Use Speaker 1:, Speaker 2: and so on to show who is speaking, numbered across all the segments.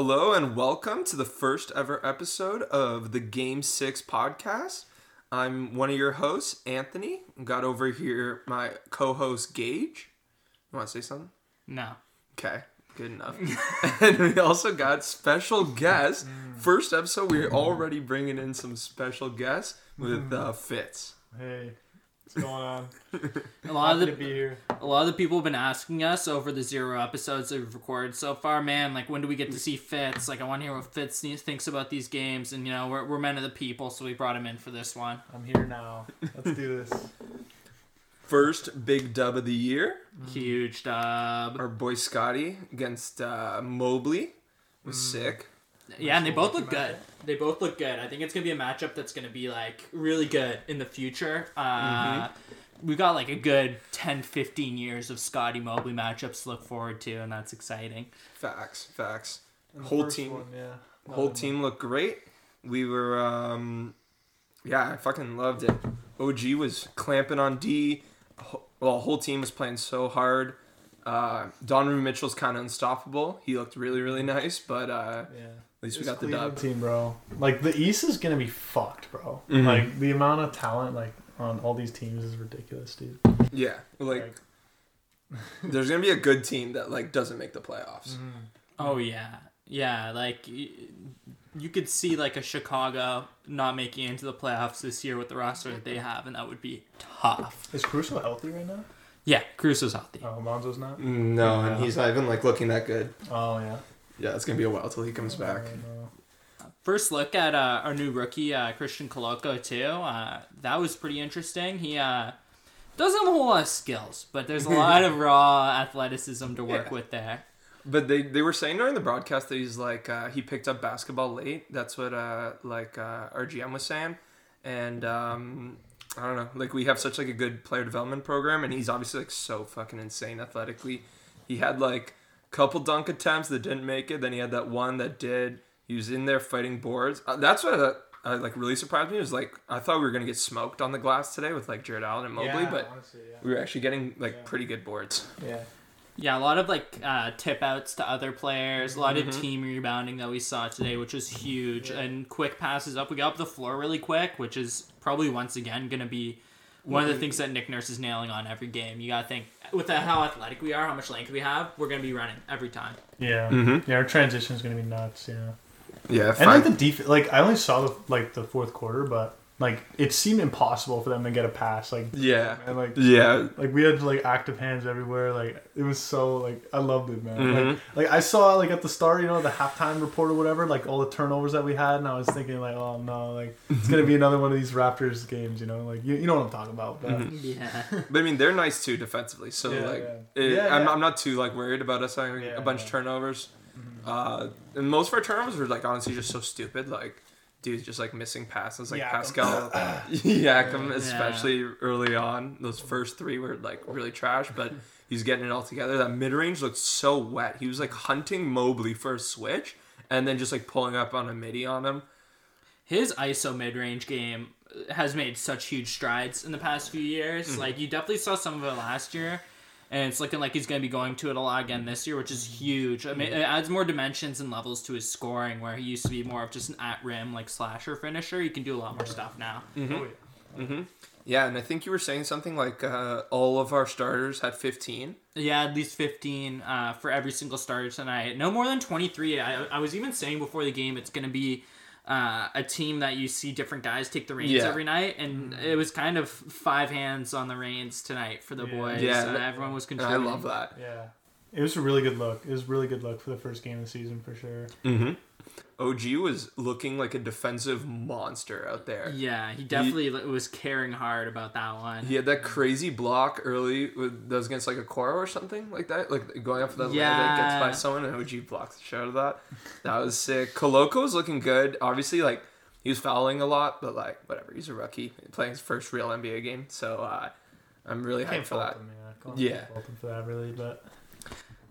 Speaker 1: Hello and welcome to the first ever episode of the Game 6 podcast. I'm one of your hosts, Anthony. Got over here my co host, Gage. You want to say something?
Speaker 2: No.
Speaker 1: Okay, good enough. and we also got special guests. First episode, we're already bringing in some special guests with uh, Fitz.
Speaker 3: Hey, what's going on?
Speaker 2: A lot of
Speaker 3: Happy to be
Speaker 2: the
Speaker 3: here.
Speaker 2: a lot of the people have been asking us over the zero episodes that we've recorded so far, man. Like, when do we get to see Fitz? Like, I want to hear what Fitz ne- thinks about these games. And you know, we're, we're men of the people, so we brought him in for this one.
Speaker 3: I'm here now. Let's do this.
Speaker 1: First big dub of the year,
Speaker 2: Huge dub.
Speaker 1: our boy Scotty against uh, Mobley was sick.
Speaker 2: Yeah, and they both
Speaker 3: Nice
Speaker 2: look good. They both look good. I think it's gonna be a matchup that's gonna be like really good in the future. Uh, We've got like a good 10, 15 years of Scotty Mobley matchups to look forward to, and that's exciting.
Speaker 1: Facts, facts.
Speaker 3: And the
Speaker 1: Whole
Speaker 3: first
Speaker 1: team.
Speaker 3: one, yeah.
Speaker 1: whole
Speaker 3: Um,
Speaker 1: team looked great. We were, um, yeah, I fucking loved it. OG was clamping on D. Ho- Well, whole team was playing so hard. Uh, Donovan Mitchell's kind of unstoppable. He looked really, really nice, but uh, at
Speaker 3: Yeah.
Speaker 1: least we
Speaker 3: This
Speaker 1: got the
Speaker 3: Cleveland
Speaker 1: dub.
Speaker 3: team, bro. Like the East is gonna be fucked, bro.
Speaker 1: Mhm.
Speaker 3: Like the amount of talent, like on all these teams, is ridiculous, dude.
Speaker 1: Yeah, like there's gonna be a good team that like doesn't make the playoffs.
Speaker 2: Oh yeah, yeah. Like y- you could see like a Chicago not making it into the playoffs this year with the roster that they have, and that would be tough.
Speaker 3: is Crusoe healthy right now?
Speaker 2: Yeah, Caruso's healthy.
Speaker 3: Oh, Monzo's not.
Speaker 1: Mm, No, and
Speaker 3: Yeah.
Speaker 1: he's not even like looking that good.
Speaker 3: Oh yeah.
Speaker 1: Yeah, it's gonna be a while till he comes Mm-hmm. back.
Speaker 3: I don't know.
Speaker 2: First look at uh, our new rookie uh, Christian Koloko too. Uh, that was pretty interesting. He uh, doesn't have a whole lot of skills, but there's a lot of raw athleticism to work
Speaker 1: Yeah.
Speaker 2: with there.
Speaker 1: But they, they were saying during the broadcast that he's like uh, he picked up basketball late. That's what uh, like uh, our GM was saying, and um, I don't know. Like we have such like a good player development program, and he's obviously like so fucking insane athletically. He had like a couple dunk attempts that didn't make it. Then he had that one that did. He was in there fighting boards. Uh, that's what uh, uh, like really surprised me. Was like I thought we were gonna get smoked on the glass today with like Jared Allen and Mobley,
Speaker 3: Yeah,
Speaker 1: but
Speaker 3: honestly,
Speaker 1: we were actually getting like
Speaker 3: Yeah.
Speaker 1: pretty good boards.
Speaker 3: yeah. yeah.
Speaker 2: Yeah, a lot of like uh, tip outs to other players, a lot of
Speaker 1: Mhm.
Speaker 2: team rebounding that we saw today, which was huge,
Speaker 3: Yeah.
Speaker 2: and quick passes up. We got up the floor really quick, which is probably once again going to be one of the
Speaker 1: Mhm.
Speaker 2: things that Nick Nurse is nailing on every game. You got to think with that, how athletic we are, how much length we have, we're going to be running every time.
Speaker 3: Yeah.
Speaker 1: Mhm.
Speaker 3: Yeah. Our transition is gonna be nuts. Yeah.
Speaker 1: Yeah,
Speaker 3: And like the defense, like I only saw the like the fourth quarter, but like it seemed impossible for them to get a pass. Like
Speaker 1: yeah,
Speaker 3: and like
Speaker 1: yeah.
Speaker 3: like we had like active hands everywhere. Like it was so like I loved it, man.
Speaker 1: Mhm.
Speaker 3: Like, like I saw like at the start, you know, the halftime report or whatever, like all the turnovers that we had, and I was thinking like, oh no, like it's gonna
Speaker 1: Mm-hmm.
Speaker 3: be another one of these Raptors games, you know, like you, you know what I'm talking about. But
Speaker 1: Mhm.
Speaker 2: Yeah.
Speaker 1: But I mean, they're nice too defensively. So
Speaker 3: Yeah,
Speaker 1: like,
Speaker 3: yeah.
Speaker 1: It,
Speaker 3: Yeah,
Speaker 1: I'm,
Speaker 3: yeah.
Speaker 1: I'm not too like worried about us having
Speaker 3: Yeah, Mm-hmm.
Speaker 1: a bunch of
Speaker 3: yeah.
Speaker 1: turnovers. Uh, and most of our turnovers were like honestly just so stupid. Like dudes just like missing passes, like
Speaker 3: Siakam.
Speaker 1: Pascal Yakum,
Speaker 3: Yeah.
Speaker 1: especially early on. Those first three were like really trash, but he's getting it all together. That mid range looked so wet. He was like hunting Mobley for a switch, and then just like pulling up on a midi on him.
Speaker 2: his ISO mid range game uh, has made such huge strides in the past few years. Like you definitely saw some of it last year, and it's looking like he's going to be going to it a lot again this year, which is huge. I mean, it adds more dimensions and levels to his scoring, where he used to be more of just an at rim like slasher finisher. He can do a lot more stuff now.
Speaker 1: Mm-hmm.
Speaker 3: Oh, yeah.
Speaker 1: Yeah, and I think you were saying something like uh, all of our starters had 15.
Speaker 2: Yeah, at least 15 uh, for every single starter tonight. No more than 23. I, I was even saying before the game it's going to be uh, a team that you see different guys take the reins
Speaker 1: Yeah.
Speaker 2: every night. And it was kind of five hands on the reins tonight for the
Speaker 3: Yeah.
Speaker 2: boys.
Speaker 1: Yeah.
Speaker 2: and everyone was
Speaker 1: And I
Speaker 2: contributing.
Speaker 1: love that.
Speaker 3: yeah, it was a really good look. It was a really good look for the first game of the season for sure.
Speaker 1: Mm-hmm. OG was looking like a defensive monster out there.
Speaker 2: Yeah, he definitely was caring hard about that one.
Speaker 1: He had that crazy block early with, that was against like a Cora or something like that, like going up for that layup that gets
Speaker 2: Yeah.
Speaker 1: by someone and OG blocks the shit out of that. That was sick. Koloko was looking good. Obviously, like he was fouling a lot, but like whatever. He's a rookie playing his first real NBA game, so uh, I'm really hyped
Speaker 3: Can't
Speaker 1: for
Speaker 3: fault
Speaker 1: that.
Speaker 3: them, yeah. Can't
Speaker 1: Yeah.
Speaker 3: fault them for that really, but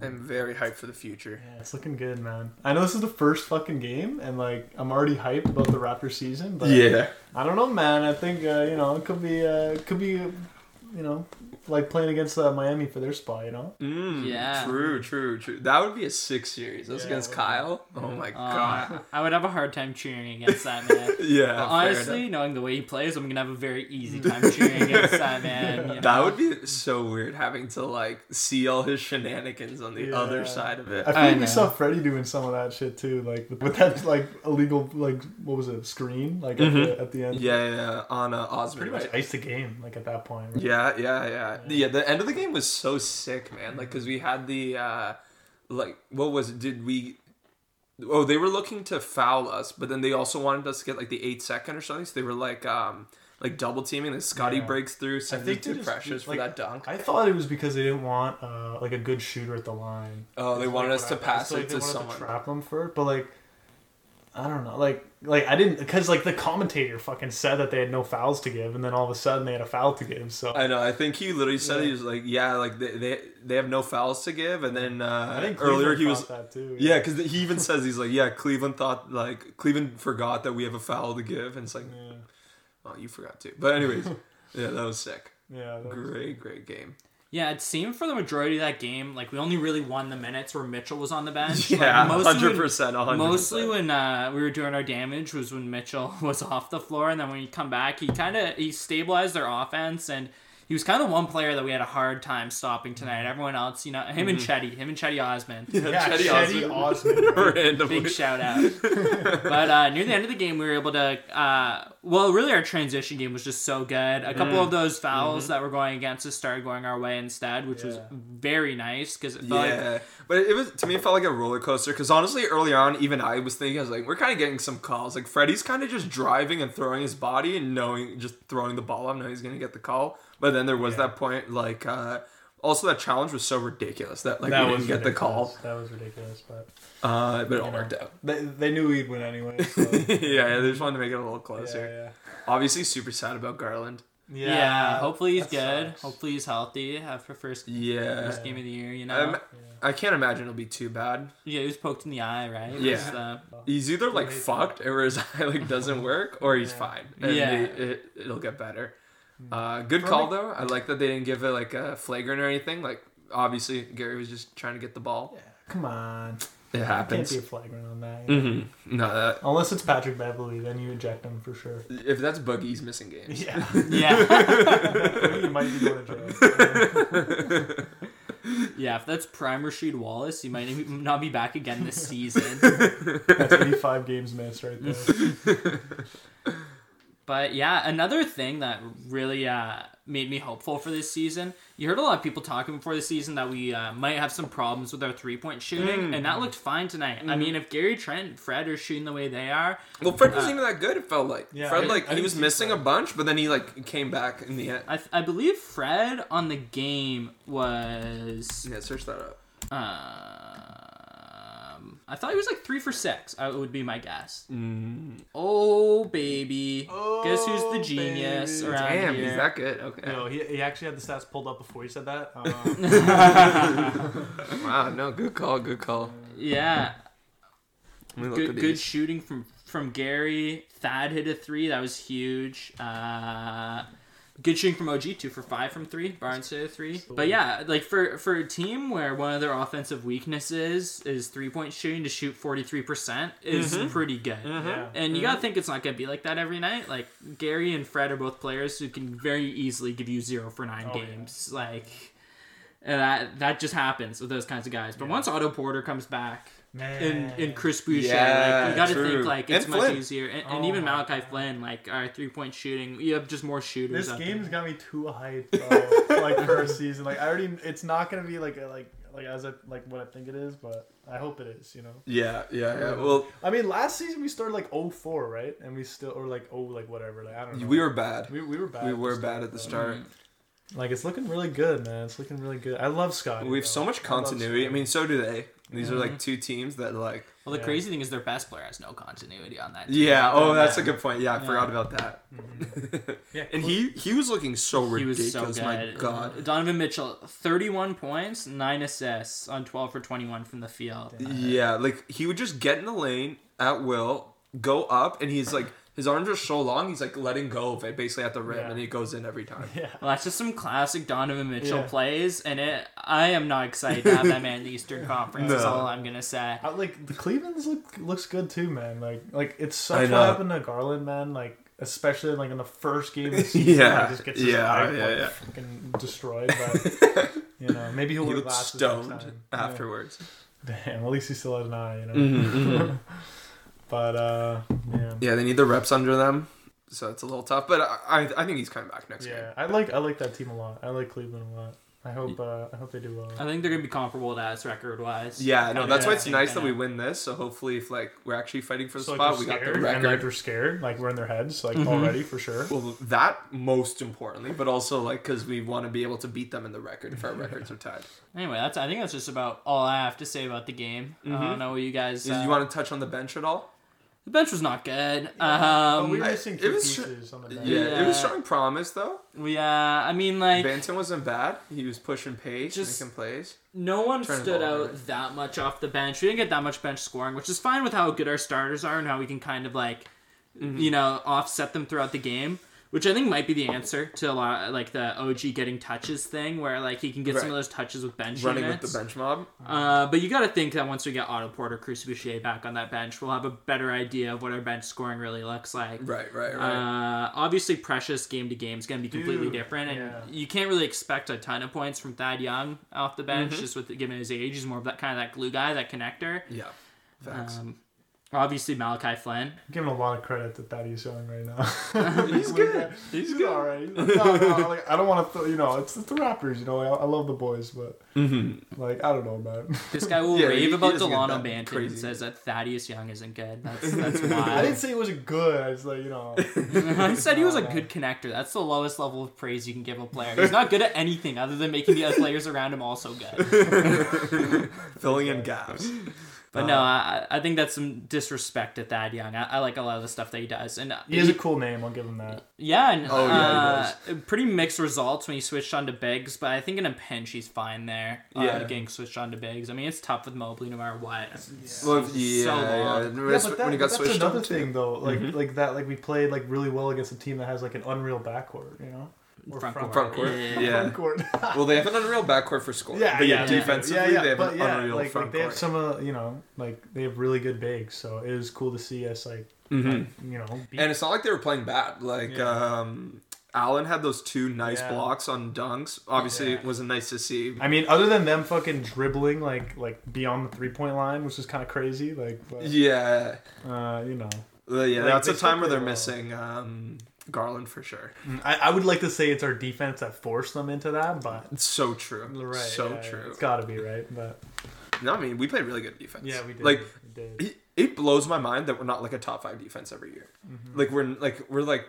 Speaker 1: I'm very hyped for the future.
Speaker 3: Yeah, it's looking good, man. I know this is the first fucking game, and like I'm already hyped about the Raptor season, but I don't know, man. I think uh, you know it could be, uh, it could be, uh, you know, like playing against uh, Miami for their spot. You know,
Speaker 1: Mm,
Speaker 2: Yeah.
Speaker 1: True, true, true. That would be a six series. That's
Speaker 3: Yeah,
Speaker 1: against
Speaker 3: it would.
Speaker 1: Kyle. Oh my
Speaker 2: Uh,
Speaker 1: god.
Speaker 2: I would have a hard time cheering against that man.
Speaker 1: Yeah. fair
Speaker 2: But honestly, knowing the way he plays, I'm gonna have a very easy time cheering against that man. You
Speaker 1: enough.
Speaker 2: know?
Speaker 1: that would be so weird having to like see all his shenanigans on the
Speaker 3: Yeah.
Speaker 1: other side of it.
Speaker 3: I feel
Speaker 2: I
Speaker 3: like
Speaker 2: know.
Speaker 3: we saw Freddie doing some of that shit too, like with that like illegal like what was it screen like
Speaker 1: Mhm.
Speaker 2: Mm-hmm.
Speaker 3: at, the, at the end.
Speaker 1: yeah, yeah, yeah, on uh, Osmond.
Speaker 3: pretty much iced the game like at that point. Right?
Speaker 1: Yeah, yeah, yeah, yeah. The end of the game was so sick, man. Like, cause we had the, uh like, what was it? Did we? Oh, they were looking to foul us, but then they also wanted us to get like the eight second or something. So they were like, um, like double teaming. Then Scotty
Speaker 3: Yeah.
Speaker 1: breaks through, sends
Speaker 3: think
Speaker 1: two
Speaker 3: they just-
Speaker 1: pressures for
Speaker 3: like-
Speaker 1: that dunk.
Speaker 3: I thought it was because they didn't want uh, like a good shooter at the line.
Speaker 1: Oh, they
Speaker 3: Like,
Speaker 1: wanted us
Speaker 3: what
Speaker 1: to
Speaker 3: I-
Speaker 1: pass
Speaker 3: so, like,
Speaker 1: it
Speaker 3: they
Speaker 1: to
Speaker 3: wanted
Speaker 1: someone.
Speaker 3: trap them for it, but like, I don't know, like, like I didn't because like the commentator fucking said that they had no fouls to give, and then all of a sudden they had a foul to give. So
Speaker 1: I know. I think he literally said he
Speaker 3: Yeah.
Speaker 1: was like, yeah, like they they, they have no fouls to give, and then uh,
Speaker 3: I think
Speaker 1: earlier
Speaker 3: Cleveland
Speaker 1: he was.
Speaker 3: thought that too.
Speaker 1: Yeah, because he even says he's like, yeah, Cleveland thought like Cleveland forgot that we have a foul to give, and it's like,
Speaker 3: yeah,
Speaker 1: oh, you forgot too. But anyways, yeah, that was sick.
Speaker 3: yeah. that was-
Speaker 1: Great, great game.
Speaker 2: Yeah, it seemed for the majority of that game, like we only really won the minutes where Mitchell was on the bench. Like,
Speaker 1: Yeah,
Speaker 2: mostly when-
Speaker 1: hundred percent, hundred
Speaker 2: Mostly when uh, we were doing our damage was when Mitchell was off the floor, and then when he come back, he kind of he stabilized their offense, and he was kind of one player that we had a hard time stopping tonight. Everyone else, you know, him and
Speaker 1: Mm-hmm.
Speaker 2: Chetty, him and Chetty Osman,
Speaker 3: Yeah,
Speaker 1: Chetty
Speaker 3: Chetty Osman. right?
Speaker 1: randomly.
Speaker 2: big shout out. but uh, near the end of the game, we were able to. Uh, well, really, our transition game was just so good. A couple
Speaker 3: Mm.
Speaker 2: of those fouls that were going against us started going our way instead, which was
Speaker 3: Mm-hmm. Yeah.
Speaker 2: very nice because it felt like
Speaker 1: Yeah, but it was to me it felt like a roller coaster because honestly, early on, even I was thinking I was like, we're kind of getting some calls. Like Freddie's kind of just driving and throwing his body and knowing just throwing the ball up, knowing he's gonna get the call. But then there was
Speaker 3: Yeah.
Speaker 1: that point, like uh, also that challenge was so ridiculous that like
Speaker 3: That
Speaker 1: we
Speaker 3: was
Speaker 1: didn't get the call,
Speaker 3: ridiculous. That was ridiculous, but
Speaker 1: uh, but it all worked out.
Speaker 3: they, they knew we'd win anyway. So, yeah,
Speaker 1: yeah, yeah, they just wanted to make it a little closer.
Speaker 3: yeah,
Speaker 1: Obviously, super sad about Garland.
Speaker 3: yeah.
Speaker 2: Yeah, hopefully he's
Speaker 3: that
Speaker 2: good.
Speaker 3: sucks.
Speaker 2: Hopefully he's healthy after first
Speaker 1: Yeah.
Speaker 2: first game of the year. You know,
Speaker 1: I'm-
Speaker 3: Um,
Speaker 1: I can't imagine it'll be too bad.
Speaker 2: yeah, he was poked in the eye, right? It
Speaker 1: Yeah.
Speaker 2: was, uh,
Speaker 1: He's either like
Speaker 3: Right.
Speaker 1: fucked or his eye like doesn't work or he's
Speaker 3: Yeah. Hmm.
Speaker 1: fine. And
Speaker 2: Yeah.
Speaker 1: they- it, it'll get better. Uh, good call though. I like that they didn't give it like a flagrant or anything. Like obviously Gary was just trying to get the ball.
Speaker 3: Yeah, Come on,
Speaker 1: It
Speaker 3: can't
Speaker 1: happens.
Speaker 3: be a flagrant on that. you know?
Speaker 1: hmm No, that,
Speaker 3: Unless it's Patrick Beverly, then you eject him for sure.
Speaker 1: if that's Boogie's missing games.
Speaker 3: Yeah.
Speaker 2: yeah,
Speaker 3: you might be going to jail.
Speaker 2: yeah. If that's Prime Rasheed Wallace, he might even not be back again this season.
Speaker 3: That's 85 games missed right there.
Speaker 2: But yeah, another thing that really uh, made me hopeful for this season, you heard a lot of people talking before the season that we uh, might have some problems with our three point shooting,
Speaker 3: Mm.
Speaker 2: and that looked fine tonight. I
Speaker 3: Mm-hmm.
Speaker 2: mean, if Gary Trent and Fred are shooting the way they are,
Speaker 1: Well, Fred wasn't even that good. It felt like
Speaker 3: Uh, Yeah, I
Speaker 1: Fred
Speaker 3: didn't-
Speaker 1: like he
Speaker 3: I didn't
Speaker 1: was
Speaker 3: see
Speaker 1: missing
Speaker 3: Fred.
Speaker 1: a bunch, but then he like came back in the end.
Speaker 2: I, I believe Fred on the game was
Speaker 1: Yeah, search that up.
Speaker 2: Um, I thought he was like three for six. I would be my guess.
Speaker 3: Mm. Mm-hmm.
Speaker 2: Oh baby, guess who's the
Speaker 3: Oh,
Speaker 2: genius
Speaker 3: baby.
Speaker 2: around
Speaker 1: Damn,
Speaker 2: here?
Speaker 1: he's that good. Okay.
Speaker 3: No, he, he actually had the stats pulled up before he said that. Um,
Speaker 1: Wow. No, good call. Good call.
Speaker 2: yeah,
Speaker 1: Let me look
Speaker 2: good
Speaker 1: at
Speaker 2: good
Speaker 1: these.
Speaker 2: shooting from from Gary. Thad hit a three. That was huge. Uh, good shooting from OG two for five from three. Barnes hit a three. But yeah, like for for a team where one of their offensive weaknesses is three point shooting to shoot forty three percent is pretty good.
Speaker 3: Mm-hmm.
Speaker 1: Uh-huh.
Speaker 3: yeah. Mm-hmm.
Speaker 2: And you gotta think it's not gonna be like that every night. Like Gary and Fred are both players who can very easily give you zero for nine
Speaker 3: Oh, yeah.
Speaker 2: games. Like and that that just happens with those kinds of guys. But once Otto Porter comes back and,
Speaker 3: Man.
Speaker 2: and Chris Boucher, like
Speaker 1: Yeah,
Speaker 2: you gotta
Speaker 1: true.
Speaker 2: think like it's
Speaker 1: And
Speaker 2: much
Speaker 1: Flynn.
Speaker 2: easier. And, and
Speaker 3: Oh
Speaker 2: even
Speaker 3: my
Speaker 2: Malachi Flynn, like our three point shooting, you have just more shooters.
Speaker 3: This
Speaker 2: out
Speaker 3: game's got me too hyped, bro. like first season. Like I already, it's not gonna be like a, like like as I, like what I think it is, but I hope it is. You know.
Speaker 1: Yeah, yeah, yeah. Well,
Speaker 3: I mean, last season we started like 04, right? And we still or like oh like whatever. Like I don't know.
Speaker 1: we were bad.
Speaker 3: we, we were bad.
Speaker 1: We
Speaker 3: at the
Speaker 1: were
Speaker 3: start,
Speaker 1: bad at the
Speaker 2: Mm-hmm.
Speaker 3: though.
Speaker 1: start.
Speaker 3: Like it's looking really good, man. It's looking really good. I love Scott.
Speaker 1: We have so much continuity. I mean, so do they. These are
Speaker 2: Mm-hmm.
Speaker 1: like two teams that like.
Speaker 2: Well, the
Speaker 3: Yeah.
Speaker 2: crazy thing is their best player has no continuity on that. team.
Speaker 1: Yeah. Oh, that's a
Speaker 2: Yeah.
Speaker 1: good point. Yeah, I
Speaker 2: Yeah.
Speaker 1: forgot about that.
Speaker 3: Mm-hmm. Yeah,
Speaker 1: and he he was looking so
Speaker 2: He
Speaker 1: ridiculous.
Speaker 2: was so
Speaker 1: My
Speaker 2: good.
Speaker 1: God.
Speaker 2: Donovan Mitchell, 31 points, 9 assists on 12 for 21 from the field.
Speaker 1: Yeah, like he would just get in the lane at will, go up, and he's like His arms are so long, he's like letting go of it basically at the rim,
Speaker 3: Yeah.
Speaker 1: and it goes in every time.
Speaker 3: Yeah.
Speaker 2: Well, that's just some classic Donovan Mitchell
Speaker 3: Yeah.
Speaker 2: plays, and it. I am not excited to have that man in the Eastern Conference. Is
Speaker 1: No.
Speaker 2: all I'm gonna say.
Speaker 3: I, like the Cleveland's look looks good too, man. Like like it's
Speaker 1: I
Speaker 3: such what
Speaker 1: know.
Speaker 3: happened to Garland, man. Like especially like in the first game of the season,
Speaker 1: Yeah.
Speaker 3: he just gets his
Speaker 1: Yeah,
Speaker 3: back,
Speaker 1: yeah,
Speaker 3: like,
Speaker 1: yeah.
Speaker 3: fucking destroyed. But you know, maybe he'll
Speaker 1: He
Speaker 3: wear
Speaker 1: looks
Speaker 3: glasses next
Speaker 1: stoned
Speaker 3: time. Yeah.
Speaker 1: afterwards.
Speaker 3: Damn, at least he still had an eye, you know.
Speaker 1: mhm.
Speaker 3: but uh, yeah,
Speaker 1: Yeah, they need the reps under them, so it's a little tough. But I, I, I think he's coming back next
Speaker 3: yeah. I like I like that team a lot. I like Cleveland a lot. I hope uh, I hope they do well.
Speaker 2: I think they're gonna be comparable to us record wise.
Speaker 1: game. Yeah, no, that's why
Speaker 3: Yeah,
Speaker 1: it's nice that we win this. So hopefully, if like we're actually fighting for the
Speaker 3: So, like,
Speaker 1: spot,
Speaker 3: they're
Speaker 1: we got the
Speaker 3: scared, And like
Speaker 1: record.
Speaker 3: they're scared, like we're in their heads, like
Speaker 2: Mhm.
Speaker 3: already for sure.
Speaker 1: Well, that most importantly, but also like because we want to be able to beat them in the record if our records are tied.
Speaker 2: Anyway, that's. I think that's just about all I have to say about the game. I don't
Speaker 1: Mhm.
Speaker 2: know what you guys.
Speaker 1: Is-
Speaker 2: uh,
Speaker 1: you want to touch on the bench at all?
Speaker 2: the bench was not good.
Speaker 3: But
Speaker 2: um,
Speaker 3: we were
Speaker 1: I-
Speaker 3: missing
Speaker 1: it
Speaker 3: key
Speaker 1: was tr-
Speaker 3: pieces on the
Speaker 1: Yeah,
Speaker 3: bench.
Speaker 1: it was
Speaker 2: Yeah.
Speaker 1: showing promise though.
Speaker 2: yeah, uh, I mean, like
Speaker 1: Banton wasn't bad. He was pushing pace,
Speaker 2: Just-
Speaker 1: making plays.
Speaker 2: no one
Speaker 1: Turn it
Speaker 2: stood
Speaker 1: over.
Speaker 2: out that much off the bench. We didn't get that much bench scoring, which is fine with how good our starters are and how we can kind of like, you know, offset them throughout the game. Which I think might be the answer to a lot like the OG getting touches thing, where like he can get some
Speaker 1: Right.
Speaker 2: of those touches with bench
Speaker 1: Running
Speaker 2: units.
Speaker 1: with the bench mob.
Speaker 2: Uh, but you got to think that once we get Otto Porter, Chris Boucher back on that bench, we'll have a better idea of what our bench scoring really looks like.
Speaker 1: Right, right, right.
Speaker 2: Uh, obviously, Precious game to game is going to be completely
Speaker 3: Dude,
Speaker 2: different, and
Speaker 3: yeah.
Speaker 2: you can't really expect a ton of points from Thad Young off the bench,
Speaker 1: Mhm.
Speaker 2: just with given his age. He's more of that kind of that glue guy, that connector.
Speaker 1: yeah.
Speaker 3: uh,
Speaker 1: Facts.
Speaker 2: Um, obviously, Malachi Flynn.
Speaker 3: I'm giving a lot of credit to Thaddeus Young right now.
Speaker 1: He's good.
Speaker 3: He's, all right. No, no, like, I don't want to, th- you know, it's, it's the Raptors, you know. I, I love the boys, but
Speaker 1: Mm-hmm.
Speaker 3: like I don't know about. It.
Speaker 2: This guy will
Speaker 1: Yeah, he-
Speaker 2: rave
Speaker 1: he
Speaker 2: about
Speaker 1: doesn't get
Speaker 2: Delano
Speaker 1: that
Speaker 2: Banton
Speaker 1: crazy.
Speaker 2: and says that Thaddeus Young isn't good. That's that's
Speaker 3: I
Speaker 2: wild.
Speaker 3: didn't say it was good. I was like, you know,
Speaker 2: I said Uh-huh. he was a
Speaker 3: No, no.
Speaker 2: good connector. That's the lowest level of praise you can give a player. He's not good at anything other than making the other players around him also good.
Speaker 1: Filling in gaps.
Speaker 2: But no, I, I think that's some disrespect to Thad Young. I, I like a lot of the stuff that he does, and uh,
Speaker 3: he has a cool name. I'll give him that.
Speaker 2: yeah, and
Speaker 1: Oh, yeah,
Speaker 2: uh, pretty mixed results when he switched on to bigs. But I think in a pinch he's fine there. Uh,
Speaker 1: Yeah.
Speaker 2: getting switched on to bigs. I mean, it's tough with Mobley no matter what.
Speaker 1: Well,
Speaker 2: So
Speaker 1: yeah, yeah.
Speaker 2: long.
Speaker 1: And
Speaker 3: Yeah, but that,
Speaker 1: when he got
Speaker 3: that's
Speaker 1: switched
Speaker 3: another
Speaker 1: on to- Mm-hmm.
Speaker 3: thing though. Like like that. Like we played like really well against a team that has like an unreal backcourt. You know, Or
Speaker 2: Front court.
Speaker 1: Front court.
Speaker 2: Yeah.
Speaker 1: Yeah.
Speaker 3: Front court.
Speaker 1: Well, they have an unreal backcourt for scoring.
Speaker 3: Yeah,
Speaker 1: but
Speaker 3: yeah,
Speaker 1: yeah,
Speaker 2: yeah.
Speaker 1: defensively,
Speaker 3: yeah, yeah,
Speaker 1: they have
Speaker 3: but
Speaker 1: an
Speaker 3: yeah,
Speaker 1: unreal
Speaker 3: like,
Speaker 1: front
Speaker 3: like they have
Speaker 1: court.
Speaker 3: some of you know, like they have really good bigs, so it was cool to see us like,
Speaker 1: Mhm.
Speaker 3: like, you know, beat
Speaker 1: and it's not like they were playing bad. Like
Speaker 3: Yeah.
Speaker 1: um, Allen had those two nice
Speaker 3: Yeah.
Speaker 1: blocks on dunks. Obviously,
Speaker 3: Yeah.
Speaker 1: it wasn't nice to see.
Speaker 3: I mean, other than them fucking dribbling like like beyond the three point line, which is kind of crazy. Like, but,
Speaker 1: Yeah,
Speaker 3: uh, you know,
Speaker 1: Uh, yeah.
Speaker 3: Like,
Speaker 1: that's
Speaker 3: they
Speaker 1: a time
Speaker 3: still
Speaker 1: where they're
Speaker 3: play well.
Speaker 1: missing um, Garland for sure.
Speaker 3: I, I would like to say it's our defense that forced them into that, but
Speaker 1: It's so true.
Speaker 3: right,
Speaker 1: so
Speaker 3: yeah,
Speaker 1: true.
Speaker 3: It's got to be right, but
Speaker 1: No, I mean we played really good defense.
Speaker 3: yeah, we did.
Speaker 1: Like
Speaker 3: we did.
Speaker 1: it, it blows my mind that we're not like a top five defense every year.
Speaker 3: Mm-hmm.
Speaker 1: Like we're like we're like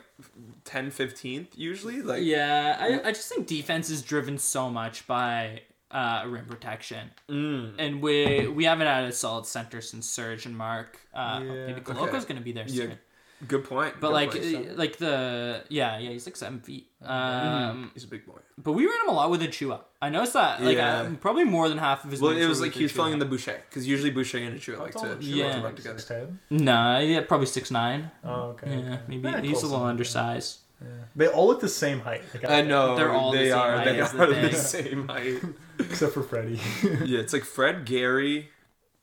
Speaker 1: 10, 15th usually. Like
Speaker 2: Yeah, I, I just think defense is driven so much by uh, rim protection,
Speaker 1: mm,
Speaker 2: and we we haven't had a solid center since Serge and Mark. Uh,
Speaker 3: Yeah.
Speaker 2: Maybe Koloko's
Speaker 1: Okay.
Speaker 2: going to be there
Speaker 1: Yeah,
Speaker 2: soon,
Speaker 1: good point.
Speaker 2: but
Speaker 1: good
Speaker 2: like
Speaker 1: point.
Speaker 2: uh, like the yeah yeah he's like seven feet. Um,
Speaker 3: Mm-hmm.
Speaker 1: he's a big boy.
Speaker 2: But we ran him a lot with Achua. I noticed that like
Speaker 1: Yeah.
Speaker 2: uh, probably more than half of his.
Speaker 1: Well,
Speaker 2: minutes
Speaker 1: it was
Speaker 2: were
Speaker 1: like
Speaker 2: with
Speaker 1: he was
Speaker 2: Achua.
Speaker 1: filling in the Boucher because usually Boucher and Achua
Speaker 3: How
Speaker 1: like
Speaker 3: tall
Speaker 1: to, to
Speaker 3: is Chua?
Speaker 2: Yeah.
Speaker 1: run together.
Speaker 3: Six ten?
Speaker 2: Nah, yeah, probably six nine.
Speaker 3: Oh, okay.
Speaker 2: Yeah,
Speaker 3: okay.
Speaker 2: maybe
Speaker 3: Yeah,
Speaker 2: he's
Speaker 3: close
Speaker 2: a little
Speaker 3: enough,
Speaker 2: undersized.
Speaker 3: yeah. They all look the same height. like,
Speaker 1: I know
Speaker 2: They're all
Speaker 1: Uh, they
Speaker 2: the same
Speaker 1: are
Speaker 2: height
Speaker 1: they
Speaker 2: is the
Speaker 1: are the
Speaker 2: thing.
Speaker 1: same height.
Speaker 3: except for Freddie.
Speaker 1: yeah, it's like Fred, Gary,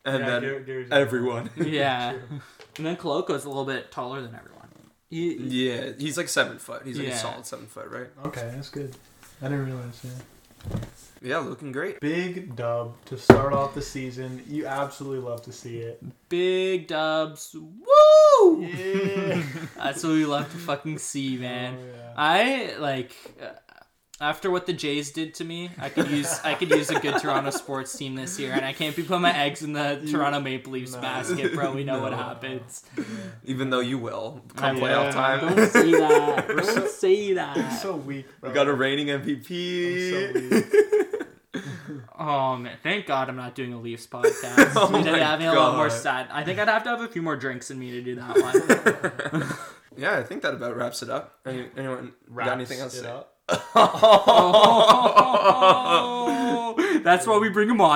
Speaker 1: and
Speaker 3: Yeah,
Speaker 1: then
Speaker 3: Gar- Gary's-
Speaker 1: everyone.
Speaker 2: Yeah, and then Koloko's a little bit taller than everyone. He,
Speaker 1: yeah, he's like seven foot. He's like
Speaker 2: Yeah.
Speaker 1: a solid seven foot, right?
Speaker 3: Okay, that's good. I didn't realize. Yeah.
Speaker 1: Yeah, looking great.
Speaker 3: Big dub to start off the season. You absolutely love to see it.
Speaker 2: Big dubs. Woo!
Speaker 3: Yeah.
Speaker 2: That's what we love to fucking see,
Speaker 3: Oh,
Speaker 2: man. I like uh, after what the Jays did to me, I could use I could use a good Toronto sports team this year, and I can't be putting my eggs in the Toronto Maple Leafs
Speaker 3: No.
Speaker 2: basket, bro. We know what
Speaker 3: No.
Speaker 2: happens.
Speaker 1: Even though you will come
Speaker 2: I
Speaker 1: playoff
Speaker 2: will.
Speaker 1: time,
Speaker 2: Don't say that.
Speaker 3: We're so-
Speaker 2: Don't say
Speaker 3: I'm
Speaker 2: that.
Speaker 3: so weak, bro.
Speaker 1: we got a reigning
Speaker 3: I'm so
Speaker 1: MVP.
Speaker 3: weak.
Speaker 2: Oh man, thank God I'm not doing a Leafs podcast.
Speaker 1: Oh
Speaker 2: We'd
Speaker 1: my
Speaker 2: be having a lot more
Speaker 1: God.
Speaker 2: sad. I think I'd have to have a few more drinks in me to do that one.
Speaker 1: yeah, I think that about wraps it up. Any, anyone
Speaker 3: Wraps
Speaker 1: got anything else?
Speaker 3: it
Speaker 1: to say?
Speaker 3: up.
Speaker 2: oh, that's why we bring him on.